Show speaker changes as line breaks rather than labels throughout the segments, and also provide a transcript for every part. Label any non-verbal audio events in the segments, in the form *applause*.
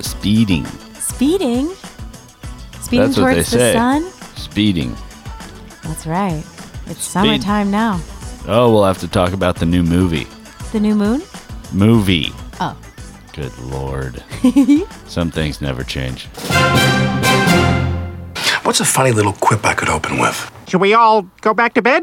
speeding.
Speeding? Speeding
That's what
towards
they
the
say.
sun?
Speeding.
That's right.
Speed.
It's summertime now.
Oh, we'll have to talk about the new movie.
The new moon?
Movie.
Oh.
Good
*laughs*
lord. Some things never change.
What's a funny little quip I could open with?
Should we all go back to bed?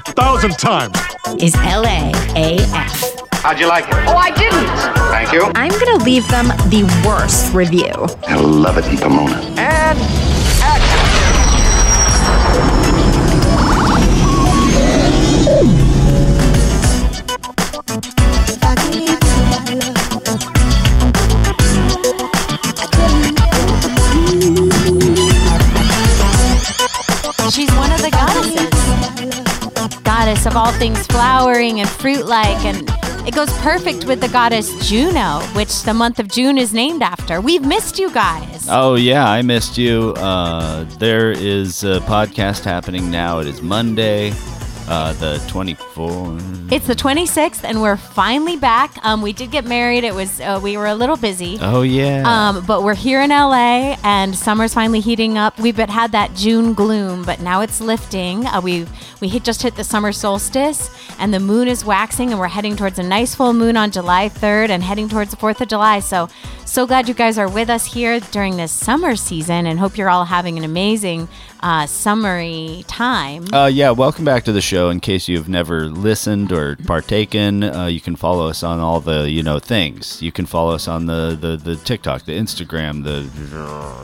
thousand times.
is LAAF.
How'd you like it?
Oh, I didn't.
Thank you.
I'm going to leave them the worst review.
I love it in Pomona.
She's one of the goddesses. Goddess of all things flowering and fruit like and it goes perfect with the goddess Juno, which the month of June is named after. We've missed you guys.
Oh, yeah, I missed you. Uh, there is a podcast happening now. It is Monday, uh, the 24th.
It's the 26th, and we're finally back. Um, we did get married. It was uh, we were a little busy,
Oh, yeah.
um, but we're here in LA, and summer's finally heating up. We've been, had that June gloom, but now it's lifting. Uh, we we hit, just hit the summer solstice, and the moon is waxing, and we're heading towards a nice full moon on July 3rd, and heading towards the 4th of July. So so glad you guys are with us here during this summer season, and hope you're all having an amazing uh, summery time.
Uh, yeah, welcome back to the show. In case you've never listened or partaken, uh, you can follow us on all the you know things. You can follow us on the the, the TikTok, the Instagram, the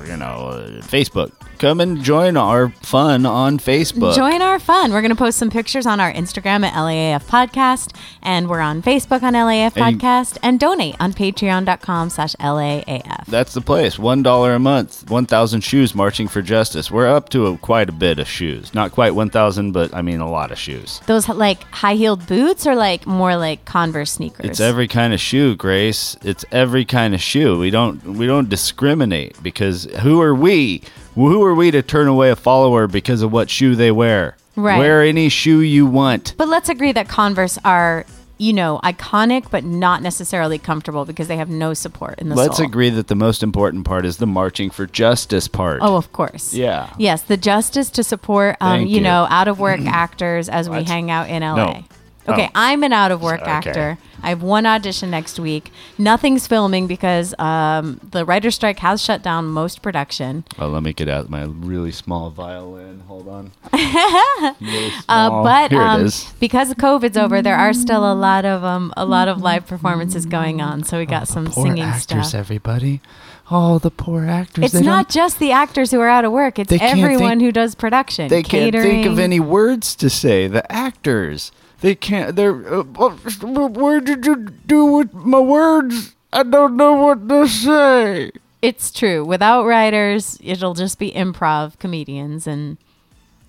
you know uh, Facebook. Come and join our fun on Facebook.
Join our fun. We're going to post some pictures on our Instagram at LAAF Podcast, and we're on Facebook on LAAF
And-
Podcast, and donate on patreon.com slash LAAF.
That's the place. One dollar a month. One thousand shoes marching for justice. We're up to a, quite a bit of shoes. Not quite one thousand, but I mean a lot of shoes.
Those like high-heeled boots are like more like Converse sneakers.
It's every kind of shoe, Grace. It's every kind of shoe. We don't we don't discriminate because who are we? Who are we to turn away a follower because of what shoe they wear?
Right.
Wear any shoe you want.
but let's agree that Converse are, you know, iconic but not necessarily comfortable because they have no support in the
Let's
sole.
agree that the most important part is the marching for justice part.
Oh, of course.
Yeah.
Yes, the justice to support, um,
Thank
you,
you. Mm-hmm.
know, out of work actors as we hang out in LA.
No.
Okay,
Oh.
I'm an out of work
Okay.
actor. I have one audition next week. Nothing's filming because um, the writer's strike has shut down most production.
Oh, let me get out my really small violin. Hold on. *laughs* Really
Uh,
small.
but
Oh, here
um,
it is.
because COVID's over, there are still a lot of um, a lot of live performances going on. So we got some
Oh, poor
singing
actors,
stuff.
everybody. Oh, the poor actors.
It's
They don't-
not just the actors who are out of work. It's
They can't think-
everyone who does production.
They can't think of
catering.
any words to say. The actors. They can't. They're. Uh, uh, where did you do with my words? I don't know what to say.
It's true. Without writers, it'll just be improv comedians and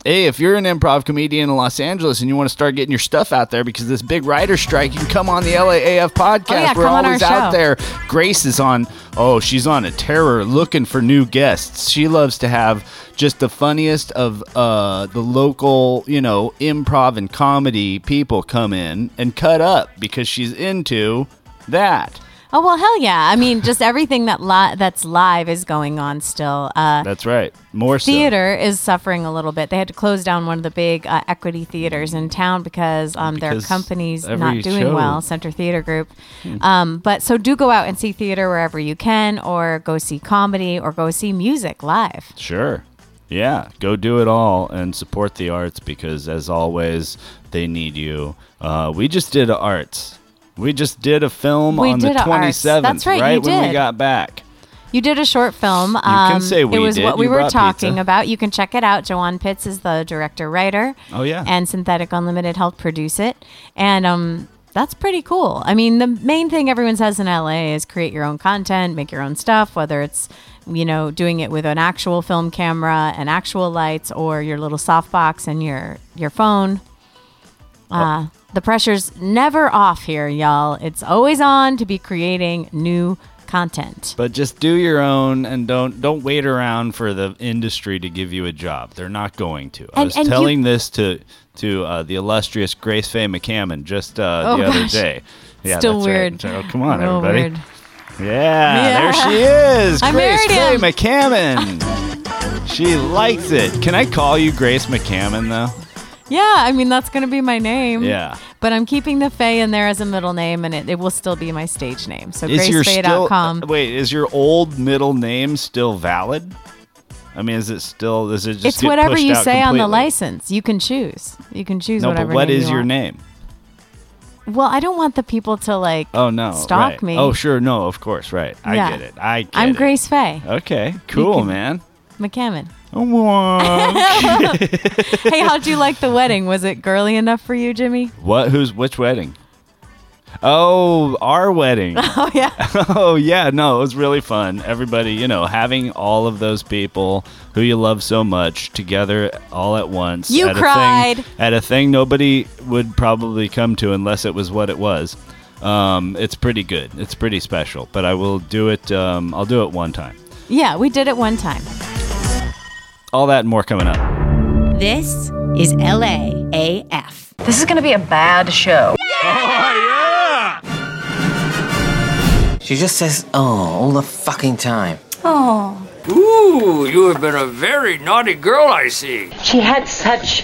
Hey, if you're an improv comedian in Los Angeles and you want to start getting your stuff out there because this big writer strike, you can come on the LAAF podcast.
Oh, yeah,
We're
come on our
always out
show.
there. Grace is on, oh, she's on a terror looking for new guests. She loves to have just the funniest of uh, the local, you know, improv and comedy people come in and cut up because she's into that.
Oh well, hell yeah! I mean, just everything that li- that's live is going on still. Uh,
That's right. More so.
theater is suffering a little bit. They had to close down one of the big uh, equity theaters in town because, um,
Because
their company's
every
not doing
show-
well. Center Theater Group. Um, but so do go out and see theater wherever you can, or go see comedy, or go see music live.
Sure. Yeah, go do it all and support the arts because, as always, they need you. Uh, we just did arts. We just did a film
We
on
did
the
a
twenty
arts.
seventh,
That's right, you
when we
did.
got back.
You did a short film. You
can say we
It was
did.
what we
You
were
brought
talking
pizza.
about. You can check it out. Joanne Pitts is the director writer.
Oh, yeah.
And Synthetic Unlimited helped produce it. And um, that's pretty cool. I mean, the main thing everyone says in LA is create your own content, make your own stuff, whether it's, you know, doing it with an actual film camera and actual lights or your little softbox and your your phone.
Oh.
Uh, the pressure's never off here, y'all. It's always on to be creating new content.
But just do your own and don't don't wait around for the industry to give you a job. They're not going to. I
And-
was
and you-
telling this to to uh, the illustrious Grace Faye McCammon just uh,
Oh,
the other
gosh.
day.
Still
that's
weird.
Right. So, come on,
Real
everybody.
weird.
Yeah,
Yeah.
there she is.
*laughs* I
Grace
married
Faye
him.
McCammon. *laughs* She likes it. Can I call you Grace McCammon though?
Yeah, I mean that's gonna be my name.
Yeah.
But I'm keeping the Faye in there as a middle name and it, it will still be my stage name. So
Is your still uh,
gracefaye.com.
wait? Is your old middle name still valid? I mean, is it still? Is it just?
It's
get
whatever
pushed
you
out
say on the
completely?
license. You can choose. You can choose
No,
whatever
but what
name
is
you
your
want.
name?
Well, I don't want the people to like
Oh no,
stalk
right.
me.
Oh sure, no, of course, right. I
Yeah.
get it. I get
I'm
it.
Grace Faye
Okay, cool,
can-
man. *laughs* Oh,
McCammon. *laughs*
Wah.
hey, how'd you like the wedding? Was it girly enough for you, Jimmy? *laughs*
what? Who's which wedding? Oh, our wedding.
Oh yeah.
*laughs* oh yeah, no, it was really fun. Everybody, you know, having all of those people who you love so much together all at once.
You
at A
cried.
thing, at a thing nobody would probably come to unless it was what it was. Um, it's pretty good. It's pretty special. But I will do it. Um, I'll do it one time.
yeah, we did it one time.
All that and more coming up.
This is LAAF.
This is going to be a bad show.
She just says, oh, all the fucking time.
Ooh, you have been a very naughty girl, I see.
She had such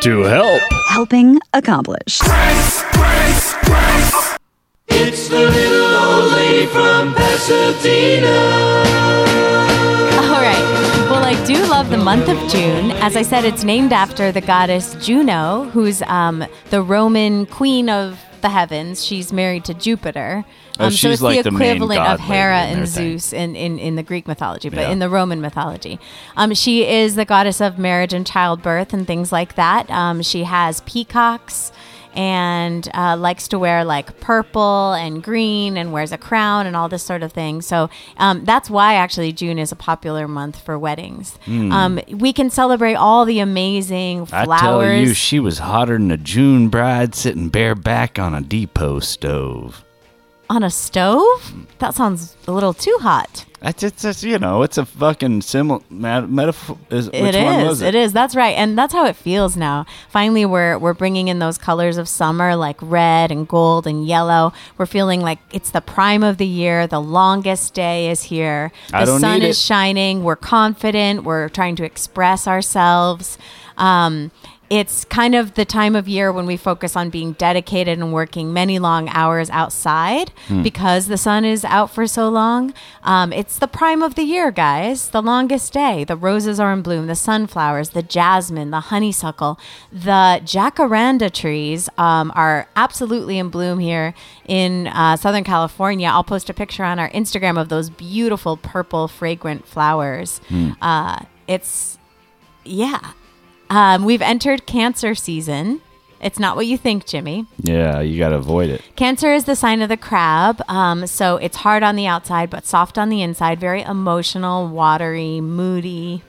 to help.
Helping accomplished.
All right. Well, I do love the month of June. As I said, it's named after the goddess Juno, who's um, the Roman queen of the heavens. She's married to Jupiter.
Oh,
Um,
she's
so it's
like the
the
main
equivalent of
god lady
Hera
in their
and
thing.
Zeus in, in, in the Greek mythology, but
Yeah.
in the Roman mythology. Um, she is the goddess of marriage and childbirth and things like that. Um, she has peacocks and uh, likes to wear like purple and green and wears a crown and all this sort of thing. So um, that's why actually June is a popular month for weddings. Um, we can celebrate all the amazing
Hmm. I
flowers.
tell you, she was hotter than a June bride sitting bareback on a depot stove.
on a stove? That sounds a little too hot.
That's it's, it's you know, it's a fucking simil ma- metaphor. Is,
It
which
is.
one was it?
It is. That's right. And that's how it feels now. Finally, we're we're bringing in those colors of summer, like red and gold and yellow. We're feeling like it's the prime of the year. The longest day is here. The
I don't
sun
need
is
it.
shining. We're confident. We're trying to express ourselves. Um, it's kind of the time of year when we focus on being dedicated and working many long hours outside
Hmm.
because the sun is out for so long. Um, it's the prime of the year, guys. The longest day. The roses are in bloom, the sunflowers, the jasmine, the honeysuckle, the jacaranda trees um, are absolutely in bloom here in uh, Southern California. I'll post a picture on our Instagram of those beautiful purple, fragrant flowers. Uh, it's, yeah. Um, we've entered cancer season. It's not what you think, Jimmy.
Yeah, you gotta avoid it.
Cancer is the sign of the crab. Um, so it's hard on the outside, but soft on the inside, very emotional, watery, moody.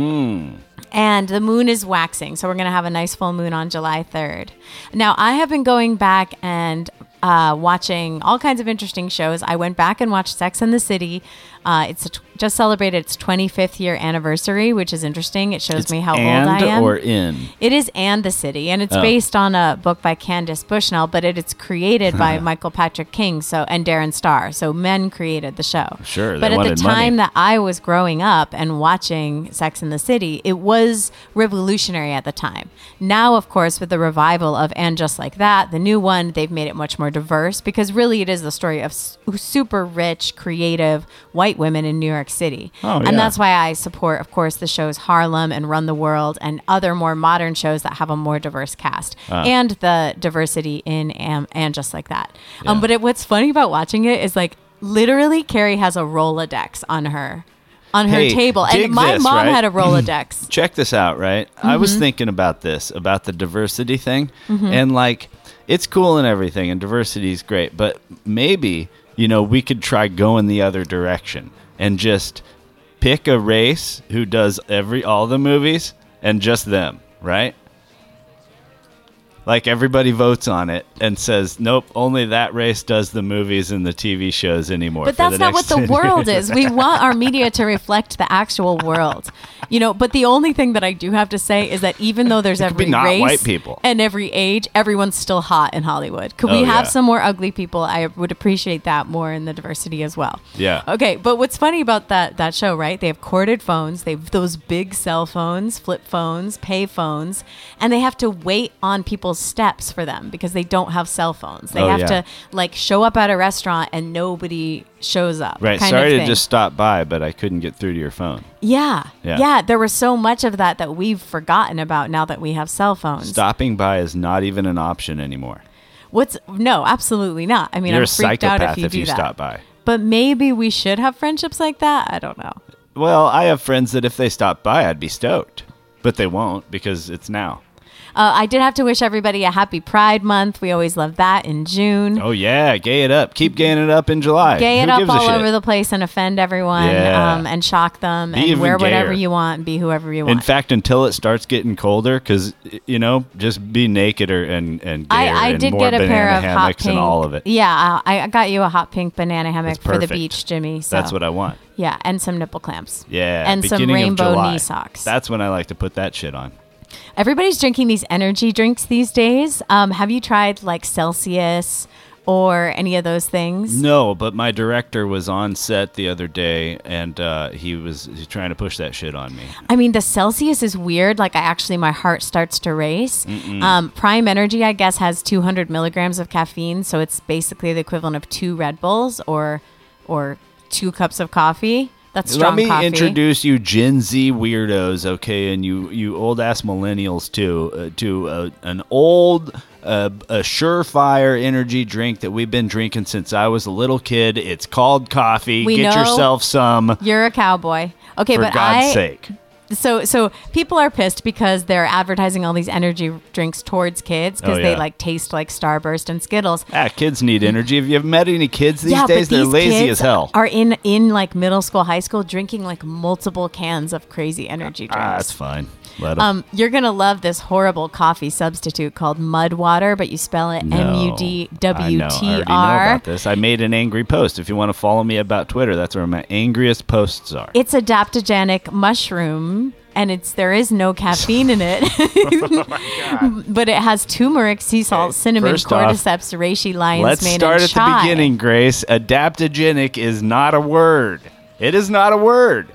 Hmm.
And the moon is waxing. So we're going to have a nice full moon on July 3rd. Now, I have been going back and uh, watching all kinds of interesting shows. I went back and watched Sex and the City. Uh, it's a t- just celebrated its 25th year anniversary, which is interesting. It shows
It's
me how
and
old I am.
or in?
It is and the city, and it's
Oh.
based on a book by Candace Bushnell, but it is created
*laughs*
by Michael Patrick King, so and Darren Star. So men created the show.
Sure, they
but at the
wanted money.
time that I was growing up and watching Sex in the City, it was revolutionary at the time. Now, of course, with the revival of And Just Like That, the new one, they've made it much more diverse because really it is the story of s- super rich, creative white women in New York City,
Oh, yeah.
and that's why why I support, of course, the shows Harlem and Run the World and other more modern shows that have a more diverse cast
Ah.
and the diversity in Am- and just like that. Um,
Yeah.
but it, what's funny about watching it is like literally Carrie has a Rolodex on her on her
Hey,
table,
dig
and my
this,
mom
right? *clears throat*
had a Rolodex.
Check this out, right? I was
Mhm.
thinking about this, about the diversity thing,
Mhm.
and like it's cool and everything, and diversity is great, but maybe you know we could try going the other direction and just pick a race who does every all the movies and just them, right? Like everybody votes on it and says, "Nope, only that race does the movies and the TV shows anymore."
But
for
that's
the
not what
next *laughs*
the
10
world
years."
is. We want our media to reflect the actual world. You know, but the only thing that I do have to say is that even though there's
could be
every
not
race
white people.
and every age, everyone's still hot in Hollywood. Could
Oh,
we have
yeah.
some more ugly people? I would appreciate that more in the diversity as well.
Yeah.
Okay, but what's funny about that that show, right? They have corded phones, they have those big cell phones, flip phones, pay phones, and they have to wait on people's steps for them because they don't have cell phones. They
Oh,
have
yeah.
to like show up at a restaurant and nobody shows up.
Right.
kind
Sorry
of
to
thing.
just stop by, but I couldn't get through to your phone.
Yeah,
Yeah.
yeah. there was so much of that that we've forgotten about now that we have cell phones.
Stopping by is not even an option anymore.
What's no, absolutely not. I mean,
You're
I'm
a
freaked
psychopath
out if you do that.
stop by.
But maybe we should have friendships like that. I don't know.
Well, I have friends that if they stop by, I'd be stoked, but they won't because it's now.
Uh, I did have to wish everybody a happy Pride Month. We always love that in June.
Oh yeah, gay it up. Keep gaying it up in July.
Gay it
Who
up
gives a
all
shit?
over the place and offend everyone
Yeah.
um, and shock them
Be
and
even
wear
gayer.
whatever you want and be whoever you want.
In fact, until it starts getting colder, because you know, just be naked or and and gayer
I, I
and
did
more
get a
banana
pair of hot
hammocks
pink.
and all of it.
Yeah, I, I got you a hot pink banana hammock
That's
for the
perfect.
beach, Jimmy. So.
That's what I want.
Yeah, and some nipple clamps.
Yeah,
and some
beginning of
rainbow
July.
knee socks.
That's when I like to put that shit on.
Everybody's drinking these energy drinks these days. Um, have you tried like Celsius or any of those things?
No, but my director was on set the other day, and uh, he was he's trying to push that shit on me.
I mean, the Celsius is weird. Like, I actually, my heart starts to race.
Mm-mm.
Um, Prime Energy, I guess, has 200 milligrams of caffeine, so it's basically the equivalent of two Red Bulls or or two cups of coffee. That's strong
Let me
coffee.
introduce you Gen Z weirdos, okay, and you you old ass millennials too, uh, to uh, an old uh, a surefire energy drink that we've been drinking since I was a little kid. It's called coffee.
We
Get
know.
yourself some.
You're a cowboy. Okay,
for
but
God's
I
sake.
so so people are pissed because they're advertising all these energy drinks towards kids because
Oh,
they
yeah.
like taste like Starburst and Skittles.
Ah, kids need energy. Have you met any kids these
yeah,
days?
but
They're
these
lazy as
kids
hell.
Are in in like middle school, high school, drinking like multiple cans of crazy energy drinks.
Ah, that's fine. Let 'em.
Um, you're gonna love this horrible coffee substitute called mud water, but you spell it
No,
M U D
I know.
W
I already
T
know
R.
about this. I made an angry post. If you want to follow me about Twitter, that's where my angriest posts are.
It's adaptogenic mushroom, and it's there is no caffeine
*laughs*
in it,
Oh
*laughs* but it has turmeric, sea salt, cinnamon,
first off,
cordyceps, reishi, lion's
Let's
mane,
start
and
at
chai.
the beginning, Grace. Adaptogenic is not a word. It is not a word.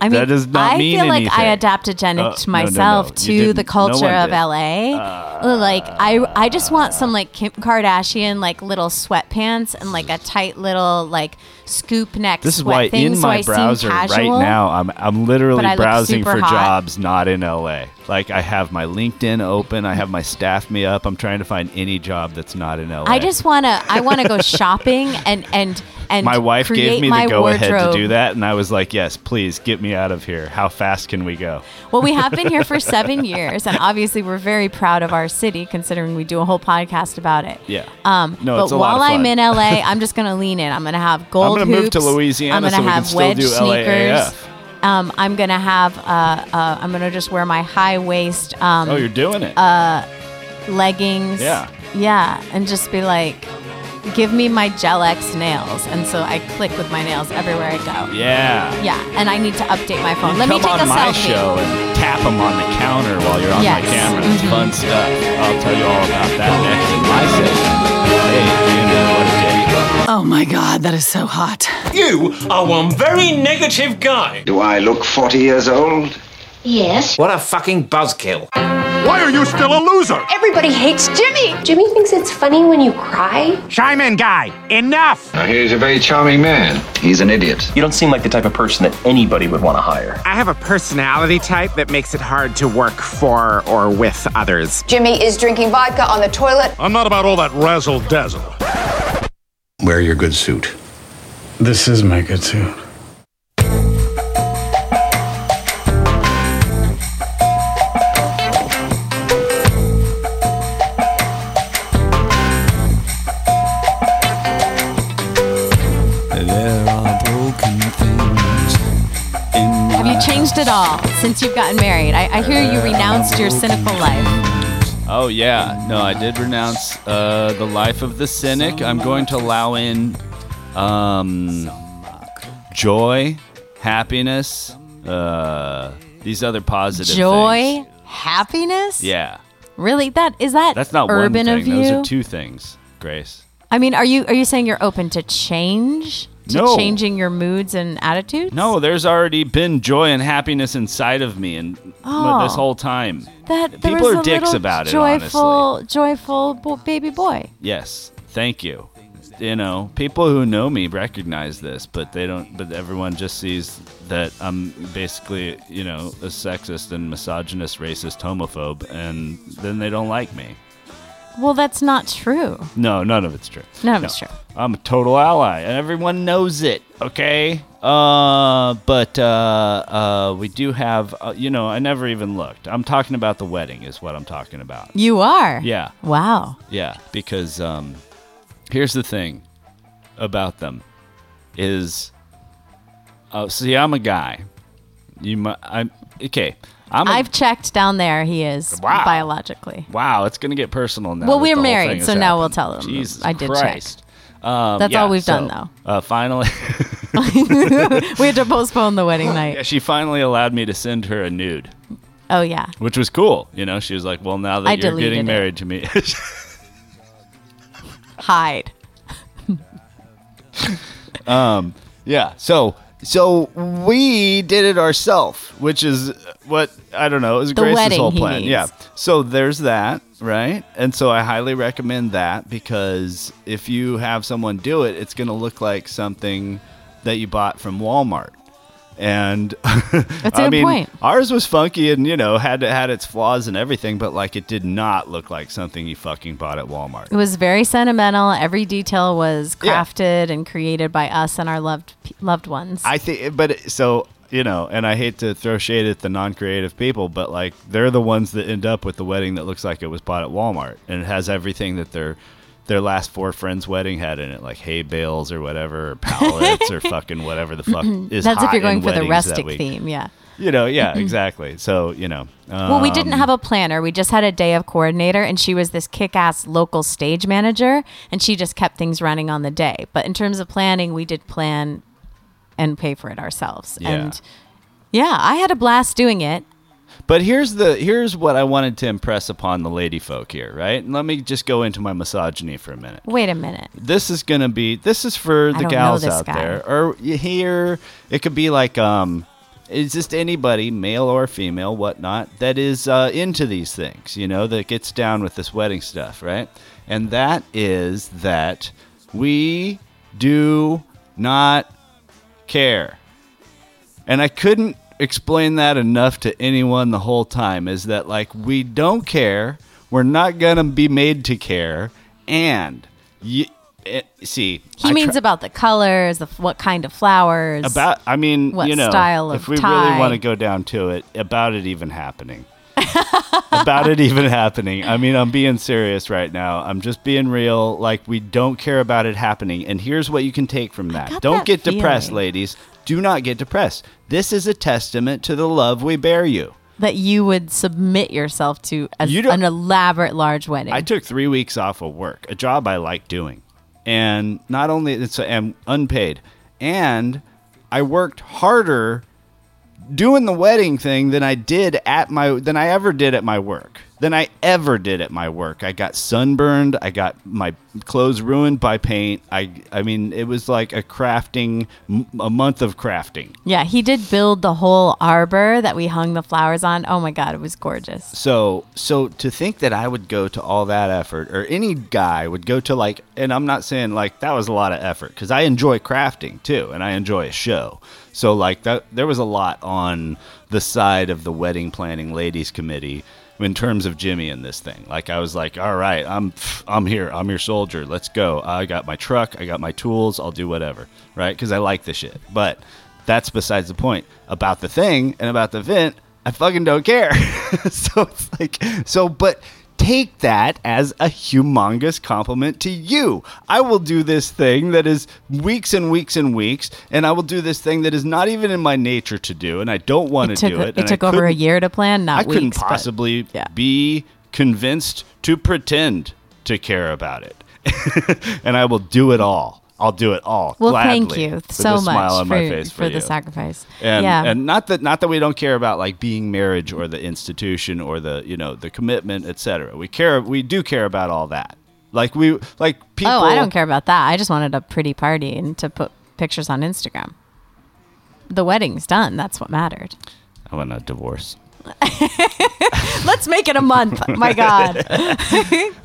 I mean,
that does not
I
mean
feel like I
anything. Uh,
adaptogenic
no,
to
no,
myself
no, you
to
didn't.
the
No
culture
one
of
did. Ah.
LA. like I, I just want some like Kim Kardashian like little sweatpants and like a tight little like scoop neck.
This is
sweat
why
thing,
in
so I
my
seem
browser right
casual.
now, I'm I'm
but
literally
I look
browsing
super
for
hot.
jobs not in LA. Like I have my LinkedIn open, I have my staff me up. I'm trying to find any job that's not in LA.
I just wanna, I
*laughs*
wanna go shopping and and and
my wife
create
gave me
my
the go ahead
wardrobe.
to do that, and I was like, "Yes, please get me out of here. How fast can we go?"
Well, we have been here for seven years, and obviously we're very proud of our city, considering we do a whole podcast about it.
Yeah.
Um,
No,
but
it's a lot
while
of
I'm
fun. *laughs*
in LA, I'm just going to lean in. I'm going to have gold
gonna move
hoops.
to Louisiana
I'm gonna
so we can
have
still
wedge
do LAAF.
sneakers. Um, I'm going to have. Uh, uh, I'm going to just wear my high waist. Um,
Oh, you're doing it.
Uh, leggings.
Yeah.
Yeah, and just be like, give me my Gelx nails. And so I click with my nails everywhere I go.
Yeah.
Yeah, and I need to update my phone. Let
Come
me take
on
a
my
selfie.
show and tap them on the counter while you're on
Yes.
my camera. It's
Mhm.
fun stuff. I'll tell you all about that next in my session. Hey, you know what day?
Oh my god, that is so hot.
You are one very negative guy. Do I look 40 years old?
Yes.
What a fucking buzzkill.
Why are you still a loser?
Everybody hates Jimmy. Jimmy thinks it's funny when you cry.
Shyman guy, enough!
Now, he's a very charming man. He's an idiot. You don't seem like the type of person that anybody would want to hire.
I have a personality type that makes it hard to work for or with others.
Jimmy is drinking vodka on the toilet.
I'm not about all that razzle dazzle.
Wear your good suit.
This is my good suit.
There are broken things in
Have you
my
changed at all since you've gotten married? I, I hear you renounced your cynical life.
Oh yeah, no, I did renounce uh, the life of the cynic. I'm going to allow in um, joy, happiness, uh, these other positive
Joy,
things.
happiness.
Yeah,
Really? That is that.
that's not
urban
one
of
thing.
you.
Those are two things, Grace.
I mean, are you are you saying you're open to change? To
No.
changing your moods and attitudes?
No, there's already been joy and happiness inside of me, and
Oh.
this whole time.
That there
People
was
are
a
dicks
little
about it,
joyful, joyful bo- baby boy.
Yes, thank you. You know, people who know me recognize this, but they don't. But everyone just sees that I'm basically, you know, a sexist and misogynist, racist, homophobe, and then they don't like me.
Well, that's not true.
No, none of it's true.
None of it's true.
I'm a total ally, and everyone knows it. Okay. Uh, but uh, uh, we do have, uh, you know, I never even looked. I'm talking about the wedding, is what I'm talking
*laughs*
about.
You are.
Yeah.
Wow.
Yeah, because um, here's the thing about them is, uh, see, I'm a guy. You, mi- I'm okay. I'm. A,
I've checked down there. He is
Wow.
biologically.
wow, it's gonna get personal now.
well,
that
we're
the whole
married,
thing
so
has
now
happened.
we'll tell them.
Jesus
I did
Christ. Um,
That's
yeah,
all we've done,
so, Uh, finally, *laughs*
check. we had to postpone the wedding night.
yeah, *laughs* she finally allowed me to send her a nude,
Oh yeah.
which was cool. You know, she was like, "Well, now that
I
you're
deleted
getting
it.
married to me, *laughs*
Hide.
um, yeah. So so we did it ourselves, which is what I don't know. It was
The
Grace's
wedding
whole
he
plan.
needs.
Yeah. So there's that, right? And so I highly recommend that because if you have someone do it, it's going to look like something that you bought from Walmart. And *laughs*
That's a
I
good
mean,
point.
ours was funky and you know had had its flaws and everything, but like it did not look like something you fucking bought at Walmart.
It was very sentimental. Every detail was crafted and created by us and our loved p- loved ones.
I think, but it- so you know, and I hate to throw shade at the non-creative people, but like they're the ones that end up with the wedding that looks like it was bought at Walmart and it has everything that their their last four friends' wedding had in it, like hay bales or whatever, or pallets
*laughs*
or fucking whatever the
*clears throat*
fuck is.
That's if
hot
you're going
in
for the
weddings that
rustic
week.
theme, yeah.
You know,
*clears throat*
yeah, exactly. So you know,
Well, we didn't
um,
have a planner. We just had a day of coordinator, and she was this kick ass local stage manager, and she just kept things running on the day. But in terms of planning, we did plan and pay for it ourselves.
Yeah.
And yeah, I had a blast doing it.
But here's the here's what I wanted to impress upon the lady folk here, right? And let me just go into my misogyny for a minute.
Wait a minute.
this is gonna be this is for the
I don't know
gals
this
out
guy.
there or y- here it could be like um it's just anybody male or female whatnot that is uh, into these things you know that gets down with this wedding stuff right and that is that we do not care and i couldn't explain that enough to anyone the whole time is that like we don't care we're not gonna be made to care and you see
He
I
means
tr-
about the colors, the, f- what kind of flowers.
about i mean
what
you know
style of
if we
tie.
really want to go down to it about it even happening *laughs* about it even happening i mean i'm being serious right now i'm just being real like we don't care about it happening and here's what you can take from that don't
that
get depressed
feeling.
ladies do not get depressed this is a testament to the love we bear you
that you would submit yourself to as an elaborate large wedding.
i took three weeks off of work a job i like doing and not only it's and unpaid, and I worked harder doing the wedding thing than I did at my than I ever did at my work. Than I ever did at my work. I got sunburned. I got my clothes ruined by paint. I I mean, it was like a crafting m- a month of crafting.
Yeah, he did build the whole arbor that we hung the flowers on. Oh my god, it was gorgeous.
So so to think that I would go to all that effort or any guy would go to like and I'm not saying like that was a lot of effort cuz I enjoy crafting too and I enjoy a show. So like that there was a lot on the side of the wedding planning ladies committee in terms of Jimmy in this thing. Like I was like, "All right, I'm pff, I'm here. I'm your soldier. Let's go. I got my truck, I got my tools, I'll do whatever." Right? Cuz I like the shit. But that's besides the point. About the thing and about the event, I fucking don't care. *laughs* so it's like so but take that as a humongous compliment to you. I will do this thing that is weeks and weeks and weeks, and I will do this thing that is not even in my nature to do, and I don't want
It
to
took,
do it.
it
and I
took over a
couldn't-
year to plan, not
I couldn't
weeks, but-
possibly be convinced to pretend to care about it, *laughs* and I will do it all. I'll do it all.
Well,
gladly,
thank you
with
so
a smile
much
on my
for-
face
for the
you.
sacrifice.
And,
Yeah.
and not that not that we don't care about like being marriage or the institution or the you know the commitment, etc. We care. We do care about all that. Like we like people.
oh, I don't care about that. I just wanted a pretty party and to put pictures on Instagram. The wedding's done. That's what mattered.
I want Oh, a divorce.
Let's make it
*laughs*
a month. My God.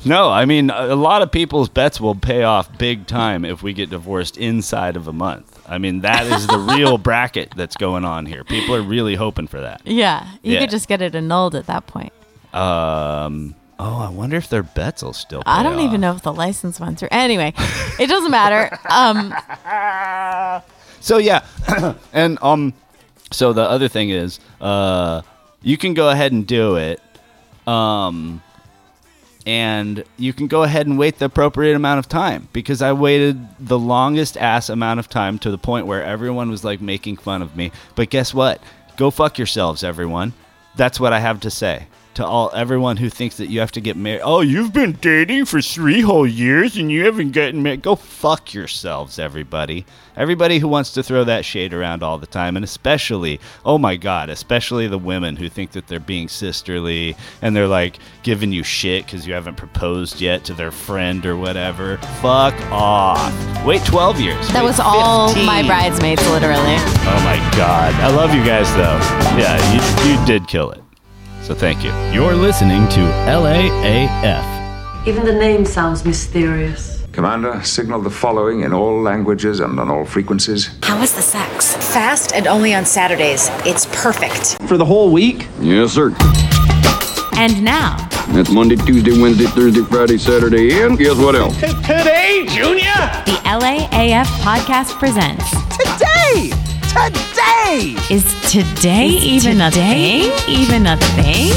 No, I mean a a lot of people's bets will pay off big time if we get divorced inside of a month. I mean that is the
*laughs*
real bracket that's going on here. People are really hoping for that.
Yeah. You
Yeah.
could just get it annulled at that point.
Um. Oh, I wonder if their bets will still. Pay
I don't
off.
even know if the license went through. Anyway, it doesn't matter. Um,
So yeah, *clears throat* and um, so the other thing is, uh, you can go ahead and do it, um, and you can go ahead and wait the appropriate amount of time because I waited the longest ass amount of time to the point where everyone was like making fun of me. But guess what? Go fuck yourselves, everyone. That's what I have to say to all everyone who thinks that you have to get married. Oh, you've been dating for three whole years and you haven't gotten married. Go fuck yourselves, everybody. Everybody who wants to throw that shade around all the time, and especially, oh my god, especially the women who think that they're being sisterly and they're like giving you shit because you haven't proposed yet to their friend or whatever. Fuck off. Wait 12 years.
that
Wait
was all my
15.
bridesmaids, literally.
Oh my god. I love you guys though. Yeah, you, you did kill it. So thank you. You're listening to LAAF.
Even the name sounds mysterious.
Commander, signal the following in all languages and on all frequencies.
How is the sex? Fast and only on Saturdays. It's perfect.
For the whole week? Yes, sir.
And now,
That's Monday, Tuesday, Wednesday, Thursday, Friday, Saturday, and guess what else?
today, Junior, the LAAF podcast presents Today. Today is today even a thing? Even a thing?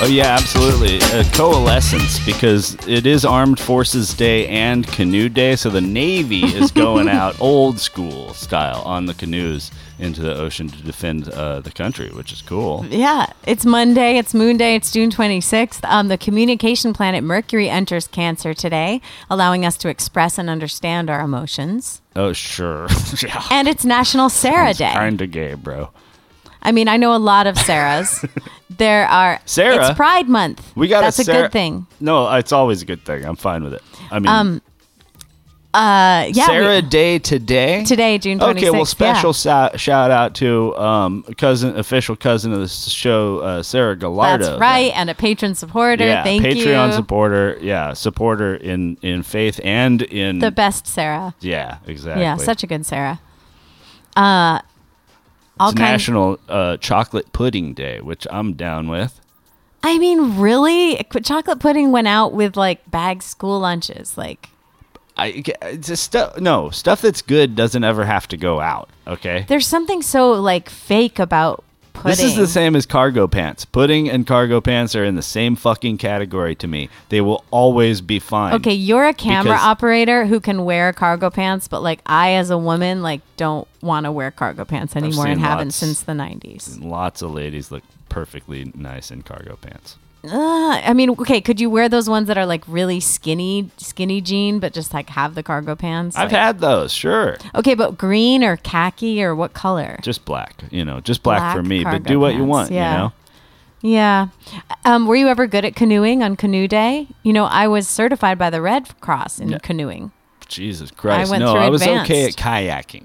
Oh yeah, absolutely. A coalescence because it is Armed Forces Day and Canoe Day, so the Navy
*laughs*
is going out old school style on the canoes into the ocean to defend uh, the country, which is cool.
Yeah, it's Monday, it's Moon Day, it's June 26th. Um, the communication planet Mercury enters Cancer today, allowing us to express and understand our emotions.
Oh sure, *laughs* yeah.
And it's National Sarah Day.
Kinda gay, bro.
I mean, I know a lot
*laughs*
of Sarahs. there are
Sarah?
It's Pride Month.
We got
That's a
Sarah-
good thing.
No, it's always a good thing. I'm fine with it. I mean,
um, uh, yeah,
Sarah
we-
Day today.
today, June 26th.
Okay, well, special
yeah.
sou- shout out to um, cousin, official cousin of the s- show, uh, Sarah Gallardo.
That's right, and a patron supporter.
Yeah,
Thank you.
Patreon supporter. Yeah, supporter in in faith and in
the best Sarah.
Yeah, exactly.
Yeah, such a good Sarah. Uh, all
it's
kinds.
National uh, Chocolate Pudding Day, which I'm down with.
I mean, really, Qu- chocolate pudding went out with like bag school lunches. Like
I it's just stuff. No, stuff that's good doesn't ever have to go out. Okay.
there's something so like fake about pudding.
This is the same as cargo pants. Pudding and cargo pants are in the same fucking category to me. They will always be fine.
Okay, you're a camera
Because-
operator who can wear cargo pants, but like I, as a woman, like don't want to wear cargo pants anymore
seen
and haven't
lots. Mm.
since the '90s.
Lots of ladies look perfectly nice in cargo pants.
uh, I mean, okay, could you wear those ones that are like really skinny, skinny jean, but just like have the cargo pants?
I've
Like-
had those, sure.
Okay, but green or khaki or what color?
Just black, you know, just black,
Black
for me. But
cargo
do what you
pants,
want,
yeah.
you know.
Yeah. Um, were you ever good at canoeing on Canoe Day? You know, I was certified by the Red Cross in
Yeah.
canoeing.
Jesus Christ!
went
no,
through
I was okay at
advanced.
kayaking.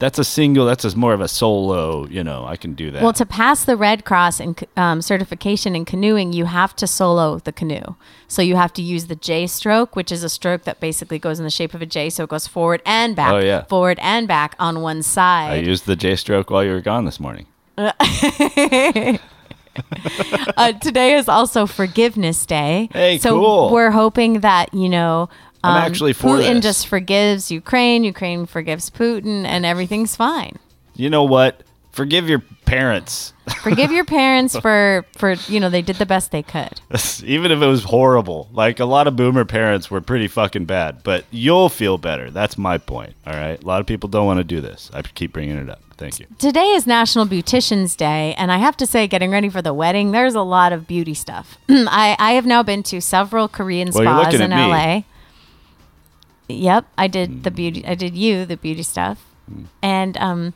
That's a single. That's a, more of a solo. You know, I can do that.
Well, to pass the Red Cross and um, certification in canoeing, you have to solo the canoe. So you have to use the J stroke, which is a stroke that basically goes in the shape of a J, so it goes forward and back,
Oh, yeah.
forward and back on one side.
I used the J stroke while you were gone this morning.
Uh, uh, today is also Forgiveness Day.
Hey,
so
cool.
We're hoping that you know. um,
I'm actually for
Putin
this.
just forgives Ukraine. Ukraine forgives Putin, and everything's fine.
You know what? Forgive your parents, *laughs*
Forgive your parents for for you know they did the best they could.
even if it was horrible. Like a lot of boomer parents were pretty fucking bad, but you'll feel better. That's my point. All right. A lot of people don't want to do this. I keep bringing it up. Thank you.
Today is National Beautician's Day, and I have to say, getting ready for the wedding, there's a lot of beauty stuff. *clears throat* I I have now been to several Korean
Well, you're
spas
looking
in
at me. Mm.
LA. Yep, I did the beauty. I did you the beauty stuff, and um,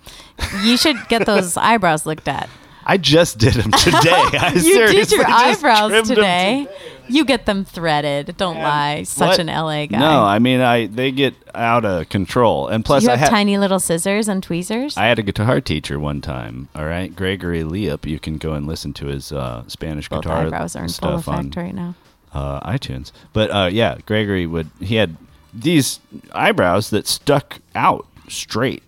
you should
*laughs*
get those eyebrows looked at.
I just did
*laughs*
them today. I
you did
seriously
your
just
eyebrows
trimmed 'em
today. You get them threaded. Don't lie.
What?
Such an LA guy.
No, I mean I they get out of control. And plus
you
I
have
had
tiny little scissors and tweezers.
I had a guitar teacher one time, all right? Gregory Leop, you can go and listen to his uh, Spanish guitar
eyebrows are in full
stuff on
effect right now.
uh, iTunes. But uh, yeah, Gregory would he had these eyebrows that stuck out straight,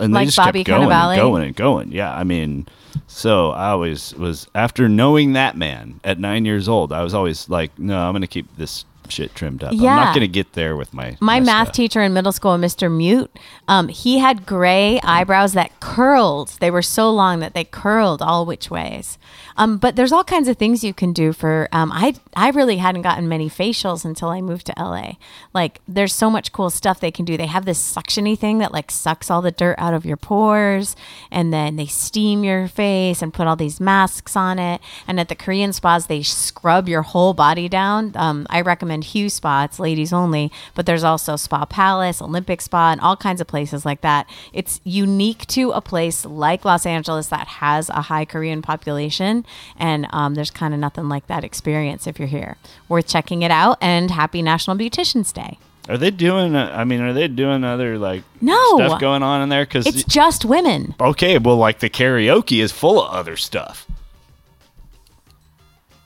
and
Like
they just
Bobby
kept going
Cannavale?
and going and going. Yeah, I mean, so I always was after knowing that man at nine years old, I was always like, no, I'm gonna keep this shit trimmed up. I'm
Yeah.
not gonna get there with my
My math teacher in middle school, Mr. Mute, um, he had gray eyebrows that curled. They were so long that they curled all which ways. Um, but there's all kinds of things you can do for. Um, I I really hadn't gotten many facials until I moved to LA. Like there's so much cool stuff they can do. They have this suctiony thing that like sucks all the dirt out of your pores, and then they steam your face and put all these masks on it. And at the Korean spas, they scrub your whole body down. Um, I recommend Hue Spa; it's ladies only, but there's also Spa Palace, Olympic Spa, and all kinds of places like that. It's unique to a place like Los Angeles that has a high Korean population, and um, there's kind of nothing like that experience if you're here. Worth checking it out, and happy National Beauticians Day.
Are they doing? uh, I mean, are they doing other like
No.
stuff going on in there? Because
It's just women.
okay, well, like the karaoke is full of other stuff.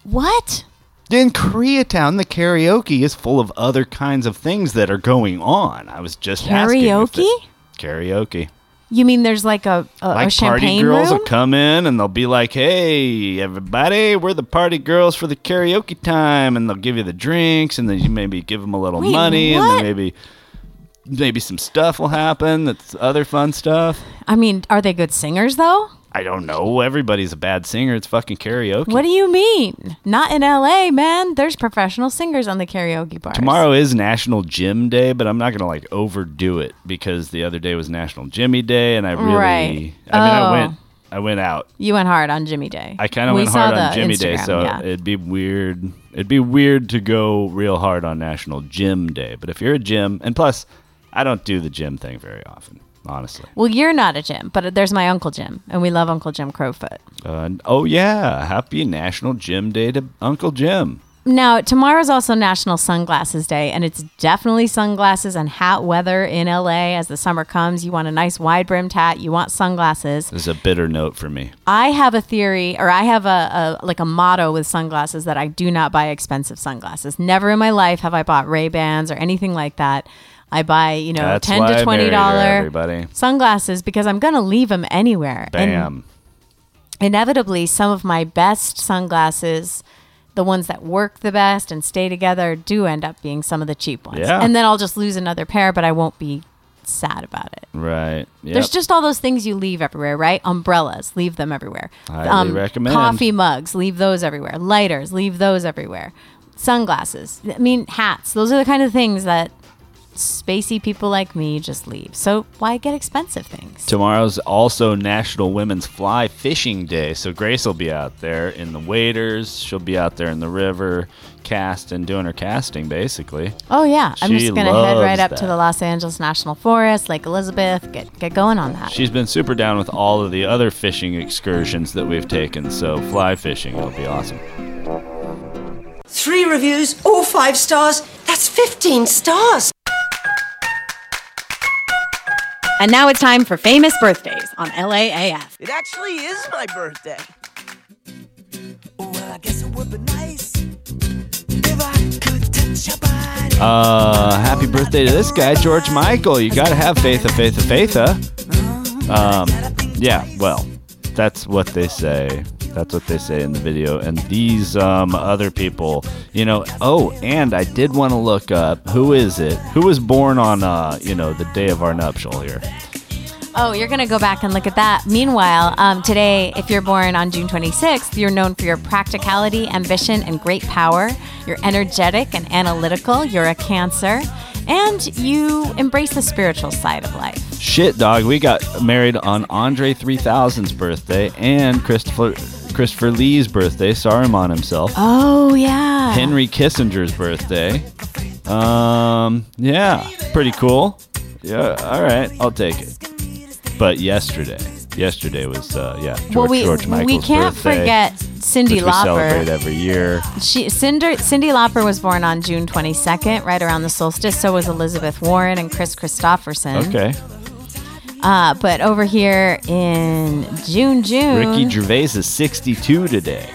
What?
In Koreatown, the karaoke is full of other kinds of things that are going on. I was just asking if the-
Karaoke?
karaoke.
You mean there's like a, a, a
Like party
champagne
girls
room?
will come in and they'll be like, "Hey, everybody, we're the party girls for the karaoke time," and they'll give you the drinks, and then you maybe give them a little
Wait,
money,
what?
and then maybe maybe some stuff will happen. That's other fun stuff.
I mean, are they good singers though?
I don't know. Everybody's a bad singer. It's fucking karaoke.
What do you mean? Not in LA, man. There's professional singers on the karaoke bar.
Tomorrow is National Gym Day, but I'm not gonna like overdo it because the other day was National Jimmy Day, and I really, I
Right.
mean,
Oh.
I went, I went out.
You went hard on Jimmy Day.
I kind of
We
went
saw
hard on
the
Jimmy Day,
Instagram,
so
yeah.
it'd be weird. It'd be weird to go real hard on National Gym Day, but if you're a gym, and plus, I don't do the gym thing very often, honestly.
Well, you're not a Jim, but there's my uncle Jim, and we love Uncle Jim Crowfoot.
Uh, and- oh yeah, happy National Gym Day to Uncle Jim.
Now, tomorrow's also National Sunglasses Day, and it's definitely sunglasses and hat weather in LA as the summer comes. You want a nice wide brimmed hat, you want sunglasses.
This is a bitter note for me.
I have a theory, or I have a, a like a motto with sunglasses that I do not buy expensive sunglasses. Never in my life have I bought Ray Bans or anything like that. I buy you know
That's
Oh, ten
why
to
I married
twenty
her,
dollar
everybody.
sunglasses because I'm gonna leave them anywhere. And
Bam.
inevitably, some of my best sunglasses, the ones that work the best and stay together, do end up being some of the cheap ones.
Yeah.
And then I'll just lose another pair, but I won't be sad about it.
right. Yep.
There's just all those things you leave everywhere, right? Umbrellas, leave them everywhere. Um,
Highly recommend.
Coffee mugs, leave those everywhere. Lighters, leave those everywhere. Sunglasses, I mean, hats. Those are the kind of things that spacey people like me just leave. So why get expensive things?
Tomorrow's also National Women's Fly Fishing Day, so Grace will be out there in the waders. She'll be out there in the river, casting, doing her casting, basically.
Oh yeah, I'm
She
just gonna head right
loves
up to
that.
the Los Angeles National Forest, Lake Elizabeth. Get get going on that.
She's been super down with all of the other fishing excursions that we've taken, so fly fishing will be awesome.
Three reviews, all five stars. That's 15 stars.
And now it's time for famous birthdays on LAAF.
It actually is my birthday.
Well, I guess it would be nice if I could touch your body.
Uh, happy birthday to this guy, George Michael. You gotta have faith, faith, faith. Um, yeah, well, that's what they say. That's what they say in the video. And these um, other people, you know. Oh, and I did want to look up who is it? Who was born on, uh, you know, the day of our nuptial here?
Oh, you're gonna go back and look at that. Meanwhile, um, today, if you're born on June 26th, you're known for your practicality, ambition, and great power. You're energetic and analytical. You're a Cancer, and you embrace the spiritual side of life.
Shit, dog. We got married on Andre 3000's birthday and Christopher Christopher Lee's birthday. Saruman himself.
Oh yeah.
Henry Kissinger's birthday. Um, yeah, pretty cool. Yeah, all right, I'll take it. But yesterday, yesterday was uh, yeah George,
well, we
George Michael's
we can't
birthday,
forget Cindy
which we celebrate
Lauper.
every year.
She Cinder, Cindy Lauper was born on June 22nd, right around the solstice. So was Elizabeth Warren and Chris Christopherson.
Okay,
Uh, but over here in June, June.
Ricky Gervais is 62 today.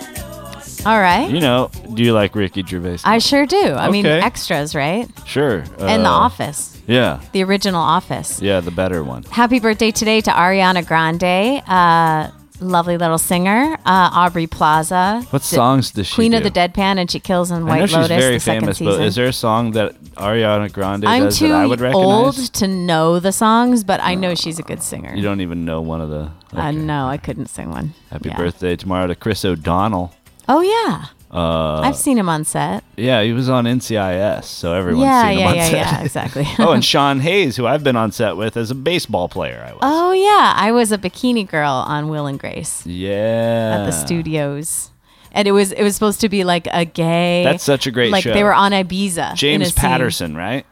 All right.
You know, do you like Ricky Gervais?
I sure do. I mean,
Okay.
extras, right?
sure.
and The
uh,
Office,
Yeah,
the original Office.
yeah, the better one.
Happy birthday today to Ariana Grande, uh, lovely little singer. Uh, Aubrey Plaza.
What
the
songs does she
Queen of
do?
the Deadpan, and she kills in
I know
White
she's
Lotus.
very
the second
famous,
season.
but is there a song that Ariana Grande
I'm
does
too
that I would recognize?
old to know the songs, but I know she's a good singer.
You don't even know one of the.
I know I couldn't sing one.
Happy
Yeah.
birthday tomorrow to Chris O'Donnell.
Oh yeah,
Uh,
I've seen him on set.
Yeah, he was on NCIS, so everyone's
Yeah,
seen him
yeah,
on
yeah,
set.
yeah, exactly.
*laughs* oh, and Sean Hayes, who I've been on set with as a baseball player. I was.
Oh yeah, I was a bikini girl on Will and Grace
Yeah.
at the studios, and it was it was supposed to be like a gay.
That's such a great
like
show.
they were on Ibiza. in a
James
scene.
Patterson, right?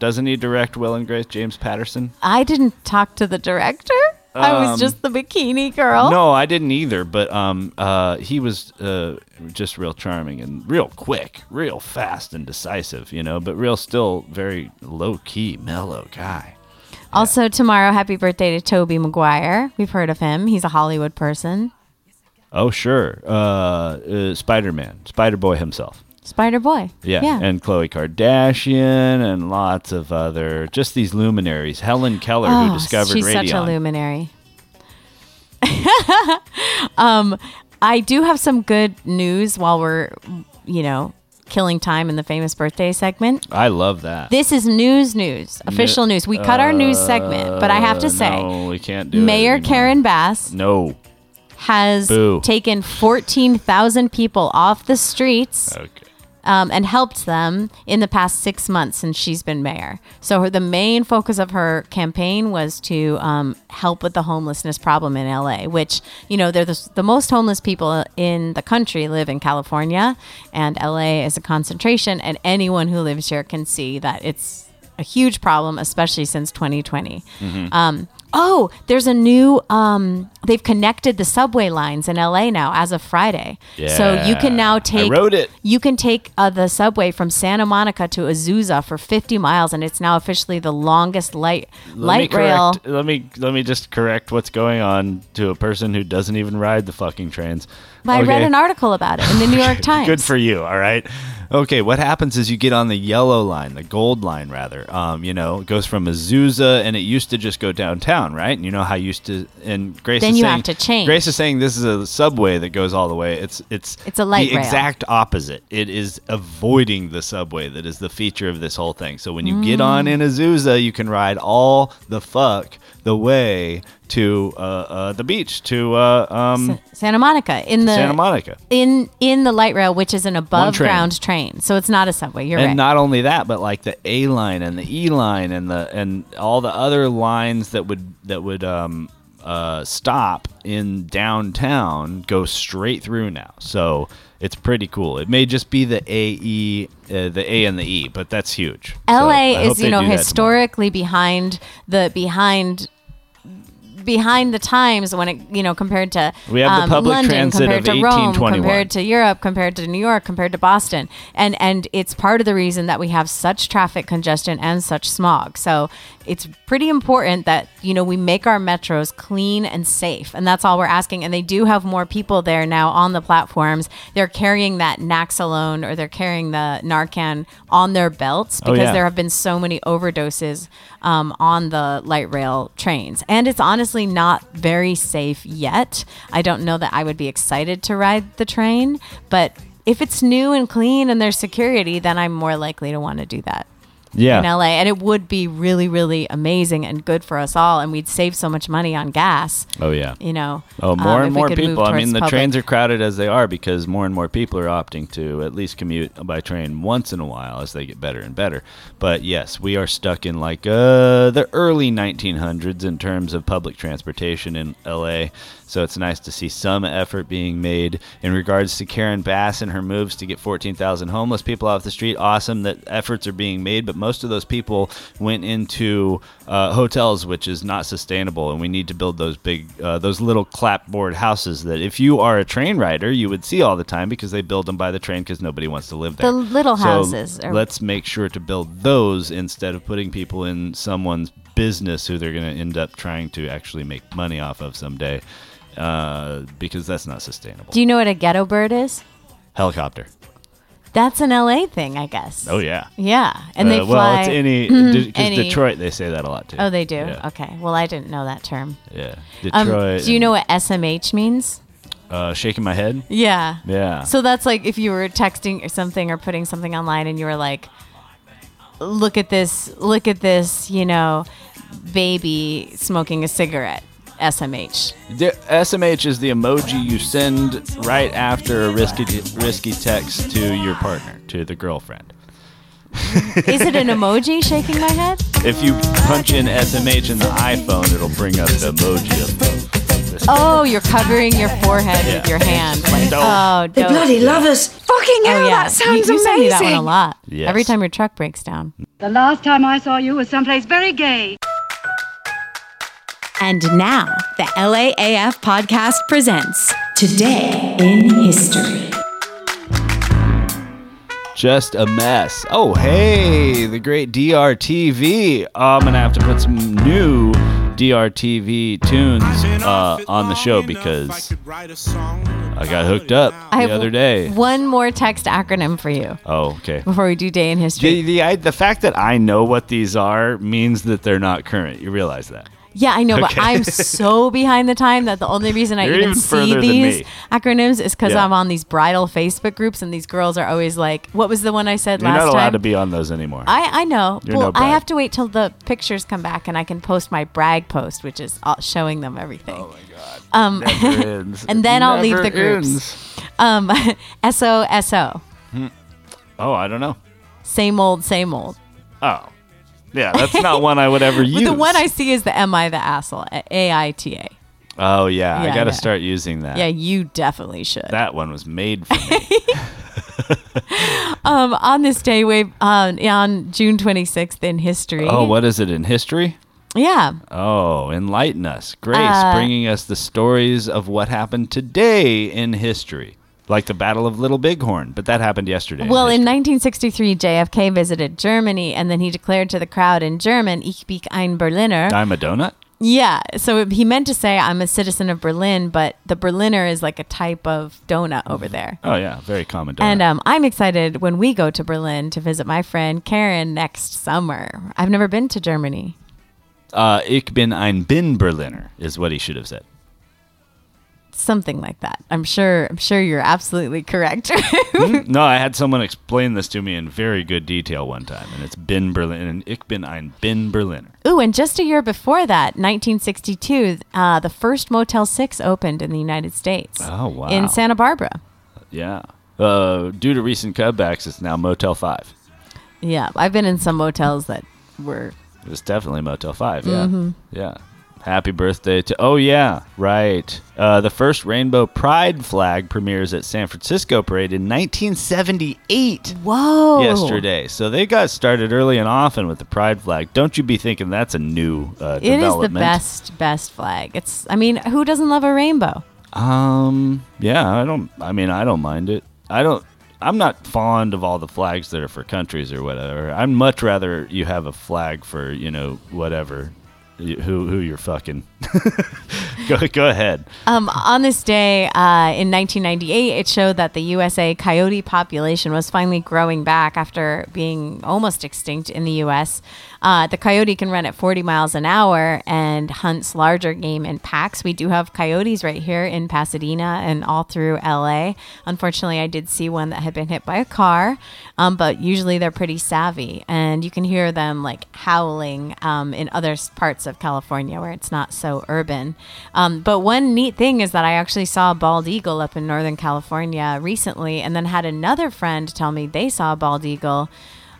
Doesn't he direct Will and Grace? James Patterson.
I didn't talk to the director. I
Um,
was just the bikini girl.
No, I didn't either. But um, uh, he was uh, just real charming and real quick, real fast and decisive, you know. But real still very low key, mellow guy.
Also tomorrow, happy birthday to Toby Maguire. We've heard of him. He's a Hollywood person.
Oh sure, uh, uh, Spider Man, Spider Boy himself.
Spider Boy.
Yeah, and Khloe Kardashian and lots of other just these luminaries. Helen Keller,
Oh,
who discovered
she's
radion.
such a luminary. *laughs* um, I do have some good news while we're, you know, killing time in the famous birthday segment.
I love that.
This is news, news, official news. We cut our news segment, but I have to
Uh,
say,
no, we can't do it
Mayor
anymore.
Karen Bass
No.
has
Boo.
taken 14,000 people off the streets um, and helped them in the past six months since she's been mayor. So her, the main focus of her campaign was to um, help with the homelessness problem in LA, which, you know, they're the, the most homeless people in the country live in California, and LA is a concentration, and anyone who lives here can see that it's a huge problem, especially since 2020.
Mm-hmm.
Um, oh, there's a new. Um, they've connected the subway lines in LA now as of Friday, so you can
Yeah.
now
I
take.
wrote it.
You can take uh, the subway from Santa Monica to Azusa for 50 miles, and it's now officially the longest light
Let me
light rail.
correct- Let me let me just correct what's going on to a person who doesn't even ride the fucking trains.
But I read
Okay?
an article about it in the New York
*laughs*
Times.
Good for you. All right. Okay. What happens is you get on the yellow line, the gold line, rather. Um, you know, it goes from Azusa, and it used to just go downtown, right? And you know how I used to. And Grace
Then
is
you
saying,
have to change.
Grace is saying this is a subway that goes all the way. It's it's
It's a light
The
rail.
exact opposite. It is avoiding the subway that is the feature of this whole
Mm.
thing. So when you get on in Azusa, you can ride all the fuck the way to uh, uh, the beach to uh, um,
Santa Monica in the
Santa Monica.
in in the light rail, which is an above
train.
ground train, so it's not a subway. You're
and
right.
not only that, but like the A line and the E line and the and all the other lines that would that would um, uh, stop in downtown go straight through now. So it's pretty cool. It may just be the A E, uh, the A and the E, but that's huge. So
L.A.
I hope
is you
they
know
do that
historically behind the behind behind the times when it you know compared to
We have the
um,
public
London
transit
compared
of
to Rome
1821.
compared to Europe compared to New York compared to Boston and and it's part of the reason that we have such traffic congestion and such smog so it's pretty important that you know we make our metros clean and safe and that's all we're asking and they do have more people there now on the platforms they're carrying that Naxalone or they're carrying the Narcan on their belts
Oh,
because
yeah.
there have been so many overdoses um, on the light rail trains. And it's honestly not very safe yet. I don't know that I would be excited to ride the train, but if it's new and clean and there's security, then I'm more likely to want to do that
Yeah.
in LA. And it would be really, really amazing and good for us all. And we'd save so much money on gas.
Oh yeah.
You know,
Oh,
um,
more
if
and
we
more
could move
people. I mean,
towards
the
public-
trains are crowded as they are because more and more people are opting to at least commute by train once in a while as they get better and better. But yes, we are stuck in like uh, the early 1900s in terms of public transportation in LA. So it's nice to see some effort being made in regards to Karen Bass and her moves to get 14,000 homeless people off the street. Awesome that efforts are being made, but most of those people went into uh, hotels, which is not sustainable, and we need to build those big, uh, those little clapboard houses that if you are a train rider, you would see all the time because they build them by the train because nobody wants to live there.
The little
So
houses are-
Let's make sure to build those instead of putting people in someone's business who they're going to end up trying to actually make money off of someday uh, because that's not sustainable.
Do you know what a ghetto bird is?
Helicopter.
That's an LA thing, I guess.
Oh, yeah.
Yeah. And they
Uh,
fly. Mm-hmm.
Well, it's any, because
any-
Detroit, they say that a lot too.
Oh, they do?
Yeah.
Okay. Well, I didn't know that term.
yeah.
Um,
Detroit.
do you know what SMH means?
uh, shaking my head.
Yeah.
Yeah.
So that's like if you were texting or something or putting something online and you were like, look at this, look at this, you know, baby smoking a cigarette. SMH.
The SMH is the emoji you send right after a risky risky text to your partner, to the girlfriend.
Is
*laughs*
it an emoji shaking my head?
If you punch in SMH in the iPhone, it'll bring up the emoji of this.
Oh, you're covering your forehead with
Yeah.
your
*laughs*
hand. Like,
Dope.
oh,
They
dope.
bloody love
us.
Fucking
hell, that sounds
Oh, you, you send me that one a
amazing.
lot.
Yes.
Every time your truck breaks down.
The last time I saw you was someplace very gay.
And now, the LAAF podcast presents Today in History.
Just a mess. Oh, hey, the great DRTV. Oh, I'm going to have to put some new DRTV tunes uh, on the show because I got hooked up
I have
the other day.
One more text acronym for you
Oh, okay.
before we do day in history.
The, the, I, the fact that I know what these are means that they're not current. You realize that.
Yeah, I know, but
Okay. *laughs*
I'm so behind the time that the only reason I
You're
even,
even further
see
than
these
me.
acronyms is because
Yeah.
I'm on these bridal Facebook groups, and these girls are always like, "What was the one I said
You're
last
not allowed
time?"
to be on those anymore.
I I know.
You're no
well, I
bride.
have to wait till the pictures come back, and I can post my brag post, which is all, showing them everything. Oh my god! Um,
Never
*laughs*
ends.
and then
It
I'll leave
never
the groups. Um, *laughs* so so
Hmm. oh, I don't know.
same old, same old.
Oh, yeah,
*laughs*
that's not one I would ever
But
use.
the one I see is the "Am I the asshole?" A I T A.
oh yeah,
Yeah,
I got to
yeah.
start using that.
Yeah, you definitely should.
That one was made for
*laughs*
me.
um, on this day, we um, on June 26th in history.
oh, what is it in history?
Yeah.
Oh, enlighten us, Grace,
Uh,
bringing us the stories of what happened today in history, like the Battle of Little Bighorn, but that happened yesterday.
Well, in 1963, JFK visited Germany, and then he declared to the crowd in German, "Ich bin ein Berliner."
I'm a donut.
yeah, so he meant to say, "I'm a citizen of Berlin," but the Berliner is like a type of donut over there.
Oh yeah, very common donut.
And um, I'm excited when we go to Berlin to visit my friend Karen next summer. I've never been to Germany.
uh, ich bin ein Bin Berliner is what he should have said.
something like that. I'm sure. I'm sure you're absolutely correct. *laughs*
Hmm? No, I had someone explain this to me in very good detail one time, and it's Ben Berlin and Ich bin ein Ben Berliner.
Ooh, and just a year before that, 1962, uh, the first Motel Six opened in the United States.
Oh, wow.
In Santa Barbara.
Yeah. Uh, due to recent cutbacks, it's now Motel Five.
Yeah, I've been in some motels that were.
It's definitely Motel Five. Yeah.
Mhm.
Yeah. Happy birthday to. Oh yeah, right. Uh, the first Rainbow Pride flag premieres at San Francisco Parade in 1978.
Whoa.
Yesterday, so they got started early and often with the Pride flag. Don't you be thinking that's a new uh,
It is the
development?
best, best flag. It's. I mean, who doesn't love a rainbow?
Um. Yeah. I don't. I mean, I don't mind it. I don't. I'm not fond of all the flags that are for countries or whatever. I'd much rather you have a flag for you know whatever, y- who who you're fucking. *laughs* go go ahead.
Um, on this day uh, in 1998, it showed that the USA coyote population was finally growing back after being almost extinct in the U.S. Uh, the coyote can run at 40 miles an hour and hunts larger game in packs. We do have coyotes right here in Pasadena and all through L.A. Unfortunately, I did see one that had been hit by a car, um, but usually they're pretty savvy, and you can hear them like howling um, in other s- parts of California where it's not so urban. Um, but one neat thing is that I actually saw a bald eagle up in Northern California recently, and then had another friend tell me they saw a bald eagle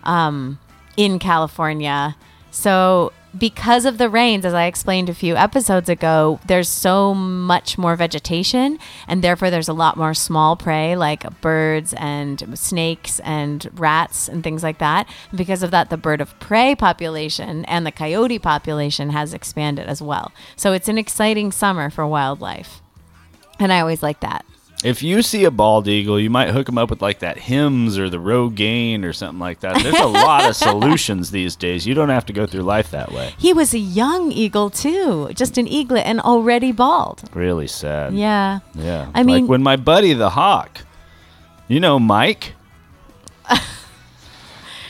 um, in California. So, because of the rains, as I explained a few episodes ago, there's so much more vegetation, and therefore there's a lot more small prey like birds and snakes and rats and things like that. Because of that, the bird of prey population and the coyote population has expanded as well. So, it's an exciting summer for wildlife. And I always like that.
If you see a bald eagle, you might hook him up with like that hymns or the Rogaine or something like that. There's a lot of solutions these days. You don't have to go through life that way.
He was a young eagle, too, just an eaglet and already bald.
Really sad.
Yeah.
Yeah.
I
like
mean-
when my buddy the hawk, you know
*laughs*
Mike,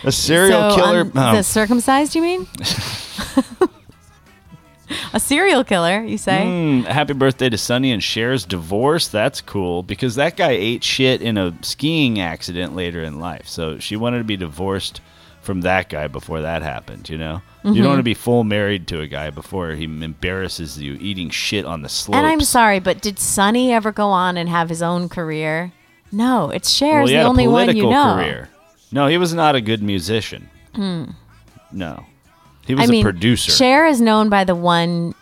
a serial
So,
killer.
um,
oh,
The circumcised,
*laughs*
you mean? a serial killer, you say?
mm, happy birthday to Sonny and Cher's divorce. That's cool because that guy ate shit in a skiing accident later in life. So she wanted to be divorced from that guy before that happened. You know, you
Mhm.
don't want to be full married to a guy before he embarrasses you eating shit on the slopes.
and I'm sorry, but did Sonny ever go on and have his own career? No, it's Cher's
he had
the
a
only one you
political
know.
Career. No, he was not a good musician.
Hmm.
No, he was
I mean,
a producer.
Cher is known by the one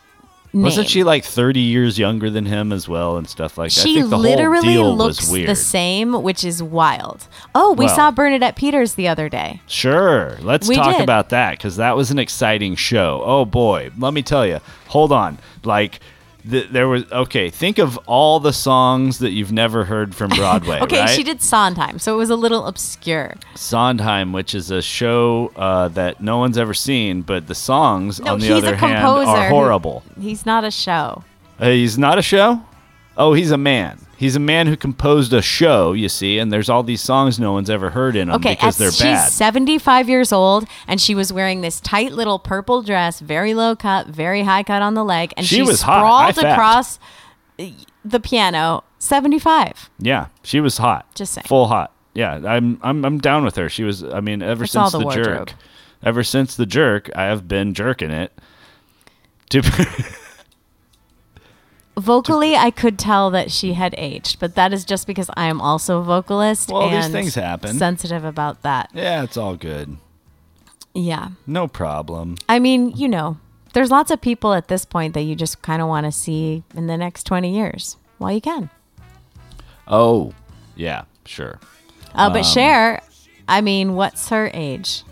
name.
Wasn't she like 30 years younger than him as well and stuff like that? I
She
think the
literally
whole deal
looks
was weird.
the same, which is wild. Oh, we
Well.
saw Bernadette Peters the other day.
Sure. Let's
We
talk
did.
about that because that was an exciting show. Oh boy, let me tell you. Hold on, like. th there was okay. Think of all the songs that you've never heard
*laughs*
from Broadway.
Okay,
right?
she did Sondheim, so it was a little obscure.
Sondheim, which is a show uh, that no one's ever seen, but the songs,
No,
on the
he's
other
a
hand,
composer.
are
who-
horrible.
he's not a show.
Uh, he's not a show? Oh, he's a man. He's a man who composed a show, you see, and there's all these songs no one's ever heard in them
Okay,
because they're
as-
bad.
she's 75 years old, and she was wearing this tight little purple dress, very low cut, very high cut on the leg, and
She
she,
was hot. I
sprawled
fapped.
across uh, the piano. 75.
yeah, she was hot.
Just saying.
Full hot. Yeah, I'm I'm I'm down with her. She was I mean, ever
It's all
since
the wardrobe.
jerk. Ever since the jerk, I have been jerking it. *laughs* To
Vocally, I could tell that she had aged, but that is just because I am also a vocalist
Well,
and
these things happen.
sensitive about that.
Yeah, it's all good.
Yeah.
No problem.
I mean, you know, there's lots of people at this point that you just kind of want to see in the next 20 years while you can.
Oh, yeah, sure.
Uh, but
Um,
Cher, I mean, what's her age?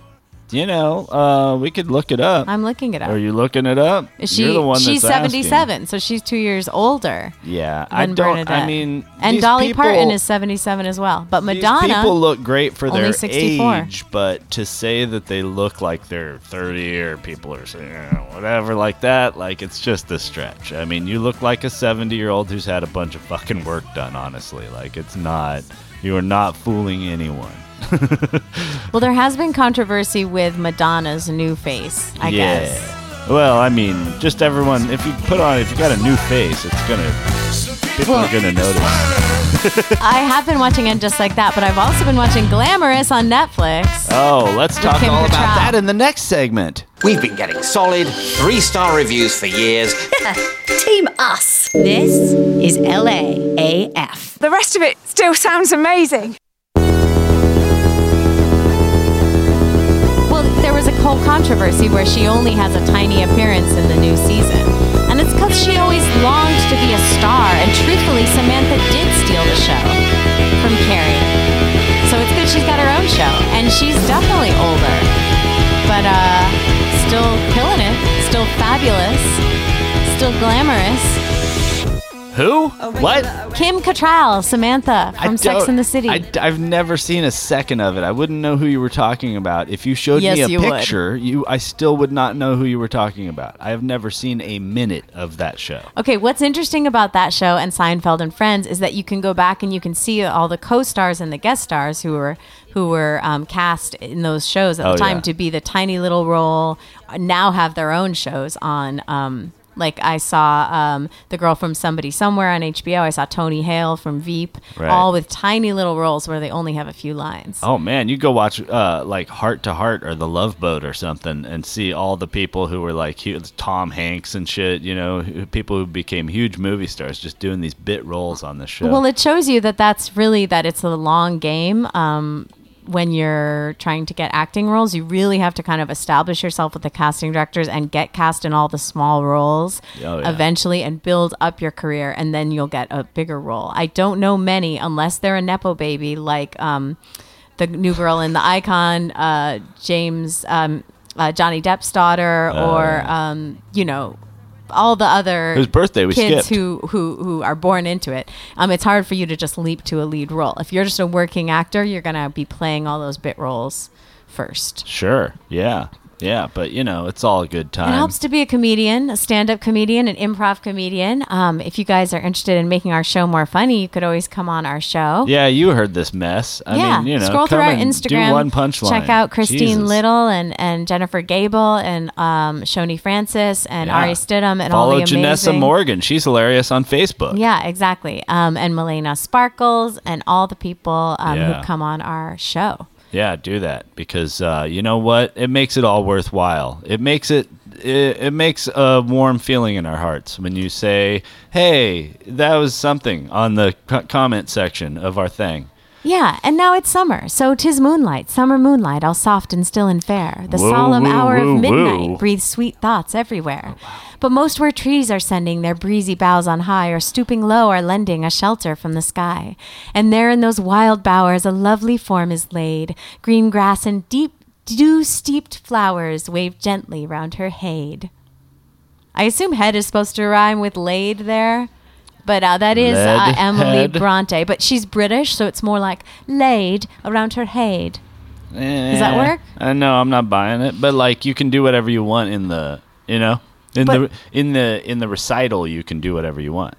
You know, uh, we could look it up.
I'm looking it up.
Are you looking it up?
Is she,
You're the one
she's
that's asking.
77, so she's two years older
Yeah, I
than
don't.
Bernadette.
I mean,
and
these
Dolly
people,
Parton is 77 as well. But
these
Madonna,
people look great for
only
their
64.
age, but to say that they look like they're 30 or people are saying "Eh, whatever like that, like it's just a stretch. I mean, you look like a 70 year old who's had a bunch of fucking work done. Honestly, like it's not. You are not fooling anyone.
well, there has been controversy with Madonna's new face, I
yeah.
guess.
Well, I mean, just everyone. If you put on, if you got a new face, it's gonna People are gonna notice.
I have been watching it just like that, but I've also been watching Glamorous on Netflix.
oh, let's
With
talk
Kim
all about
Cattrall.
that in the next segment.
We've been getting solid three star reviews for years.
Team us. This is LAAF. The rest of it still sounds amazing.
Well, there was a whole controversy where she only has a tiny appearance in the new season. And it's because she always longed to be a star, and truthfully, Samantha did steal the show from Carrie. So it's good she's got her own show, and she's definitely older. But uh, still killing it, still fabulous, still glamorous.
Who? What?
Kim Cattrall, Samantha from Sex
don't-
and the City.
I, have never seen a second of it. I wouldn't know who you were talking about. If you showed
Yes,
me a
you would.
picture, you I still would not know who you were talking about. I have never seen a minute of that show.
Okay, what's interesting about that show and Seinfeld and Friends is that you can go back and you can see all the co-stars and the guest stars who were who were um, cast in those shows at the
Oh,
time
yeah.
to be the tiny little role. uh, Now have their own shows on. Um, like I saw um, the girl from Somebody Somewhere on HBO. I saw Tony Hale from Veep,
Right.
all with tiny little roles where they only have a few lines.
Oh man, you go watch uh, like Heart to Heart or The Love Boat or something, and see all the people who were like hu Tom Hanks and shit. You know, who- people who became huge movie stars just doing these bit roles on the show.
Well, it shows you that that's really that it's a long game. Um, when you're trying to get acting roles, you really have to kind of establish yourself with the casting directors and get cast in all the small roles
Oh, yeah.
eventually and build up your career, and then you'll get a bigger role. I don't know many unless they're a nepo baby like um, the new girl in the icon, uh, James um, uh, Johnny Depp's daughter,
Oh,
or um, you know all the other
Whose birthday we
kids
skipped.
who who who are born into it. Um, it's hard for you to just leap to a lead role. If you're just a working actor, you're gonna be playing all those bit roles first.
sure, yeah, yeah, but you know, it's all a good time.
It helps to be a comedian, a stand-up comedian, an improv comedian. Um, if you guys are interested in making our show more funny, you could always come on our show.
Yeah, you heard this mess. I
yeah,
mean, you know,
scroll through
come
our
and
Instagram.
Do one punchline.
Check out Christine
Jesus.
Little and, and Jennifer Gable and um, Shoni Francis and
Yeah.
Ari Stidham and all
Follow
the
Janessa
amazing.
Morgan. She's hilarious on Facebook.
Yeah, exactly. Um, and Milena Sparkles and all the people um,
Yeah.
who come on our show.
Yeah, do that because uh, you know what? It makes it all worthwhile. It makes it, it it makes a warm feeling in our hearts when you say, "Hey, that was something" on the co- comment section of our thing.
Yeah, and now it's summer, so 'tis moonlight, summer moonlight, all soft and still and fair. The
Woo,
solemn
woo,
hour
woo,
of midnight
woo.
breathes sweet thoughts everywhere. But most where trees are sending their breezy boughs on high, or stooping low, are lending a shelter from the sky. And there in those wild bowers, a lovely form is laid, green grass and deep dew steeped flowers wave gently round her head. I assume head is supposed to rhyme with laid there, but uh, that is uh,
Lead
Emily
head.
Bronte. But she's British, so it's more like laid around her head.
Does
that work?
Eh, I know I'm not buying it, but like you can do whatever you want in the you know in
But-
the in the in the recital you can do whatever you want.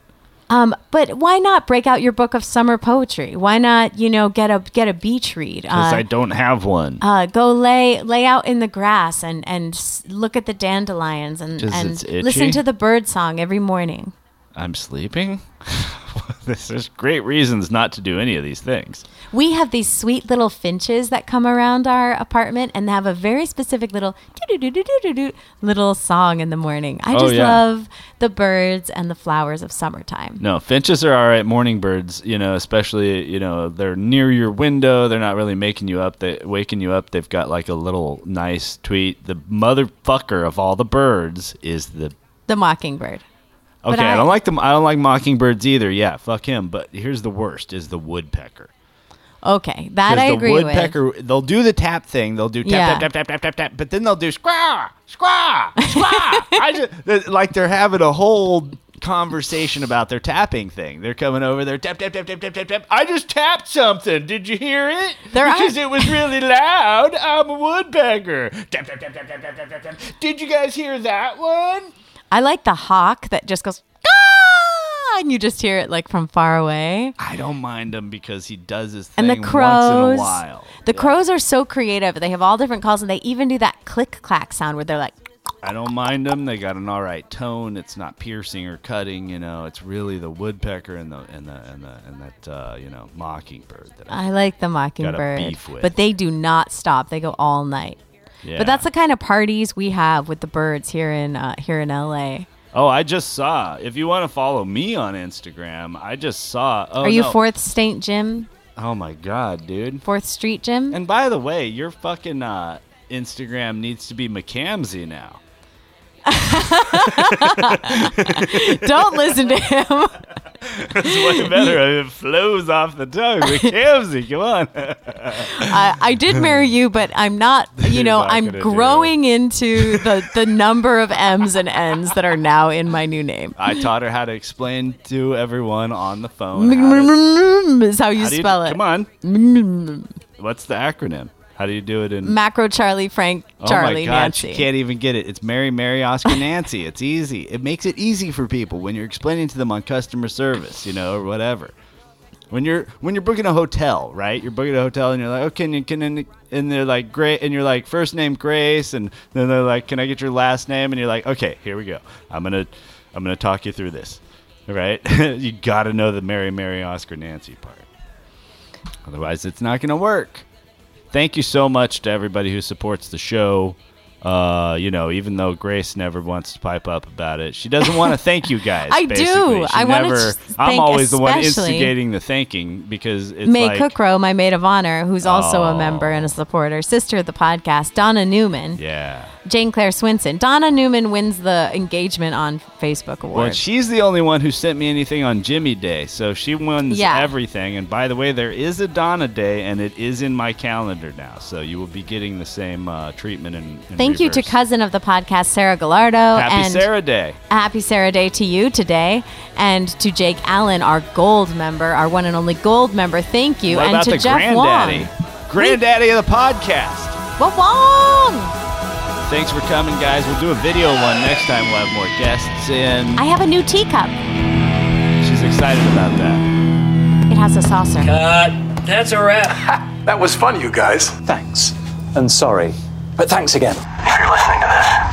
Um, but why not break out your book of summer poetry? Why not, you know, get a get a beach read?
Because
Uh,
I don't have one.
uh, go lay lay out in the grass and and s- look at the dandelions and,
'Cause
and
it's itchy?
listen to the bird song every morning.
I'm sleeping. *laughs* There's there's great reasons not to do any of these things.
We have these sweet little finches that come around our apartment and have a very specific little doo-doo-doo-doo-doo-doo little song in the morning. I
Oh,
just
yeah.
love the birds and the flowers of summertime.
No, finches are all right. Morning birds, you know, especially you know they're near your window. They're not really making you up. They waking you up. They've got like a little nice tweet. The motherfucker of all the birds is the.
The mockingbird. But
Okay, I,
I-
don't like them. I don't like mockingbirds either. Yeah, fuck him. But here's the worst: is the woodpecker.
Okay, that
'Cause
I
the
agree with.
woodpecker, They'll do the tap thing. They'll do tap
Yeah.
tap tap tap tap tap tap. But then they'll do squaw squaw
*laughs*
squaw. I just they're- like they're having a whole conversation about their tapping thing. They're coming over there tap tap tap tap tap tap tap. I just tapped something. Did you hear it?
There are-
because it was really loud. I'm a woodpecker. Tap tap tap tap tap tap tap tap. tap. Did you guys hear that one?
I like the hawk that just goes "Ah!" and you just hear it like from far away.
I don't mind him because he does his thing
and the
once in a
crows.
while.
The crows are so creative. They have all different calls, and they even do that click clack sound where they're like,
I don't mind them. They got an all right tone. It's not piercing or cutting. You know, it's really the woodpecker and the and the and the and that uh, you know mockingbird that
I like the mockingbird,
beef with.
but they do not stop. They go all night.
Yeah.
But that's the kind of parties we have with the birds here in uh, here in LA.
Oh, I just saw. If you want to follow me on Instagram, I just saw. Oh,
Are you
no.
Fourth State Jim?
Oh my god, dude.
Fourth Street Jim.
And by the way, your fucking uh, Instagram needs to be McCamsey now.
*laughs*
*laughs*
Don't listen to
*laughs*
him.
It's way better. *laughs* it flows off the *laughs* tongue. McCamsey, come on.
I, I did marry you, but
*laughs*
I'm not. You know,
not
I'm
gonna do
growing into the the number of M's and N's that are now in my new
*laughs*
name.
I taught her how to explain to everyone on the phone. how *laughs* to-
*laughs* Is how you
how do
spell it.
Come on. What's the acronym? How do you do it in
Macro Charlie Frank Charlie
oh my God,
Nancy.
You can't even get it. It's Mary, Mary, Oscar, Nancy. It's easy. It makes it easy for people when you're explaining to them on customer service, you know, or whatever. When you're when you're booking a hotel, right? You're booking a hotel and you're like, oh, can you can and- and they're like great and you're like first name Grace and then they're like, can I get your last name? And you're like, okay, here we go. I'm gonna I'm gonna talk you through this, right? *laughs* you got to know the Mary, Mary, Oscar, Nancy part. Otherwise, it's not gonna work thank you so much to everybody who supports the show. Uh, you know, even though Grace never wants to pipe up about it, she doesn't want to thank you guys.
*laughs* I do.
basically. She
I wanna
never-
just
I'm
thank
always the one
especially-
instigating the thanking because it's
May
like,
Cookrow, my maid of honor, who's also
Oh.
a member and a supporter, sister of the podcast, Donna Newman,
yeah.
Jane Claire Swinson. Donna Newman wins the engagement on Facebook
Well,
award.
she's the only one who sent me anything on Jimmy Day, so she wins
Yeah.
everything. And by the way, there is a Donna Day, and it is in my calendar now, so you will be getting the same uh, treatment. And
Thank you to cousin of the podcast, Sarah Gallardo,
Happy
and
Sarah Day.
Happy Sarah Day to you today, and to Jake Allen, our gold member, our one and only gold member. Thank you,
What
and
about
to
the
Jeff
granddaddy? Granddaddy of the podcast.
Wong. Wa- Wong!
Thanks for coming, guys. We'll do a video one next time. We'll have more guests in.
I have a new teacup.
She's excited about that.
It has a saucer.
That's a wrap. that was fun, you guys. Thanks. And sorry. But thanks again.
If you're listening to this,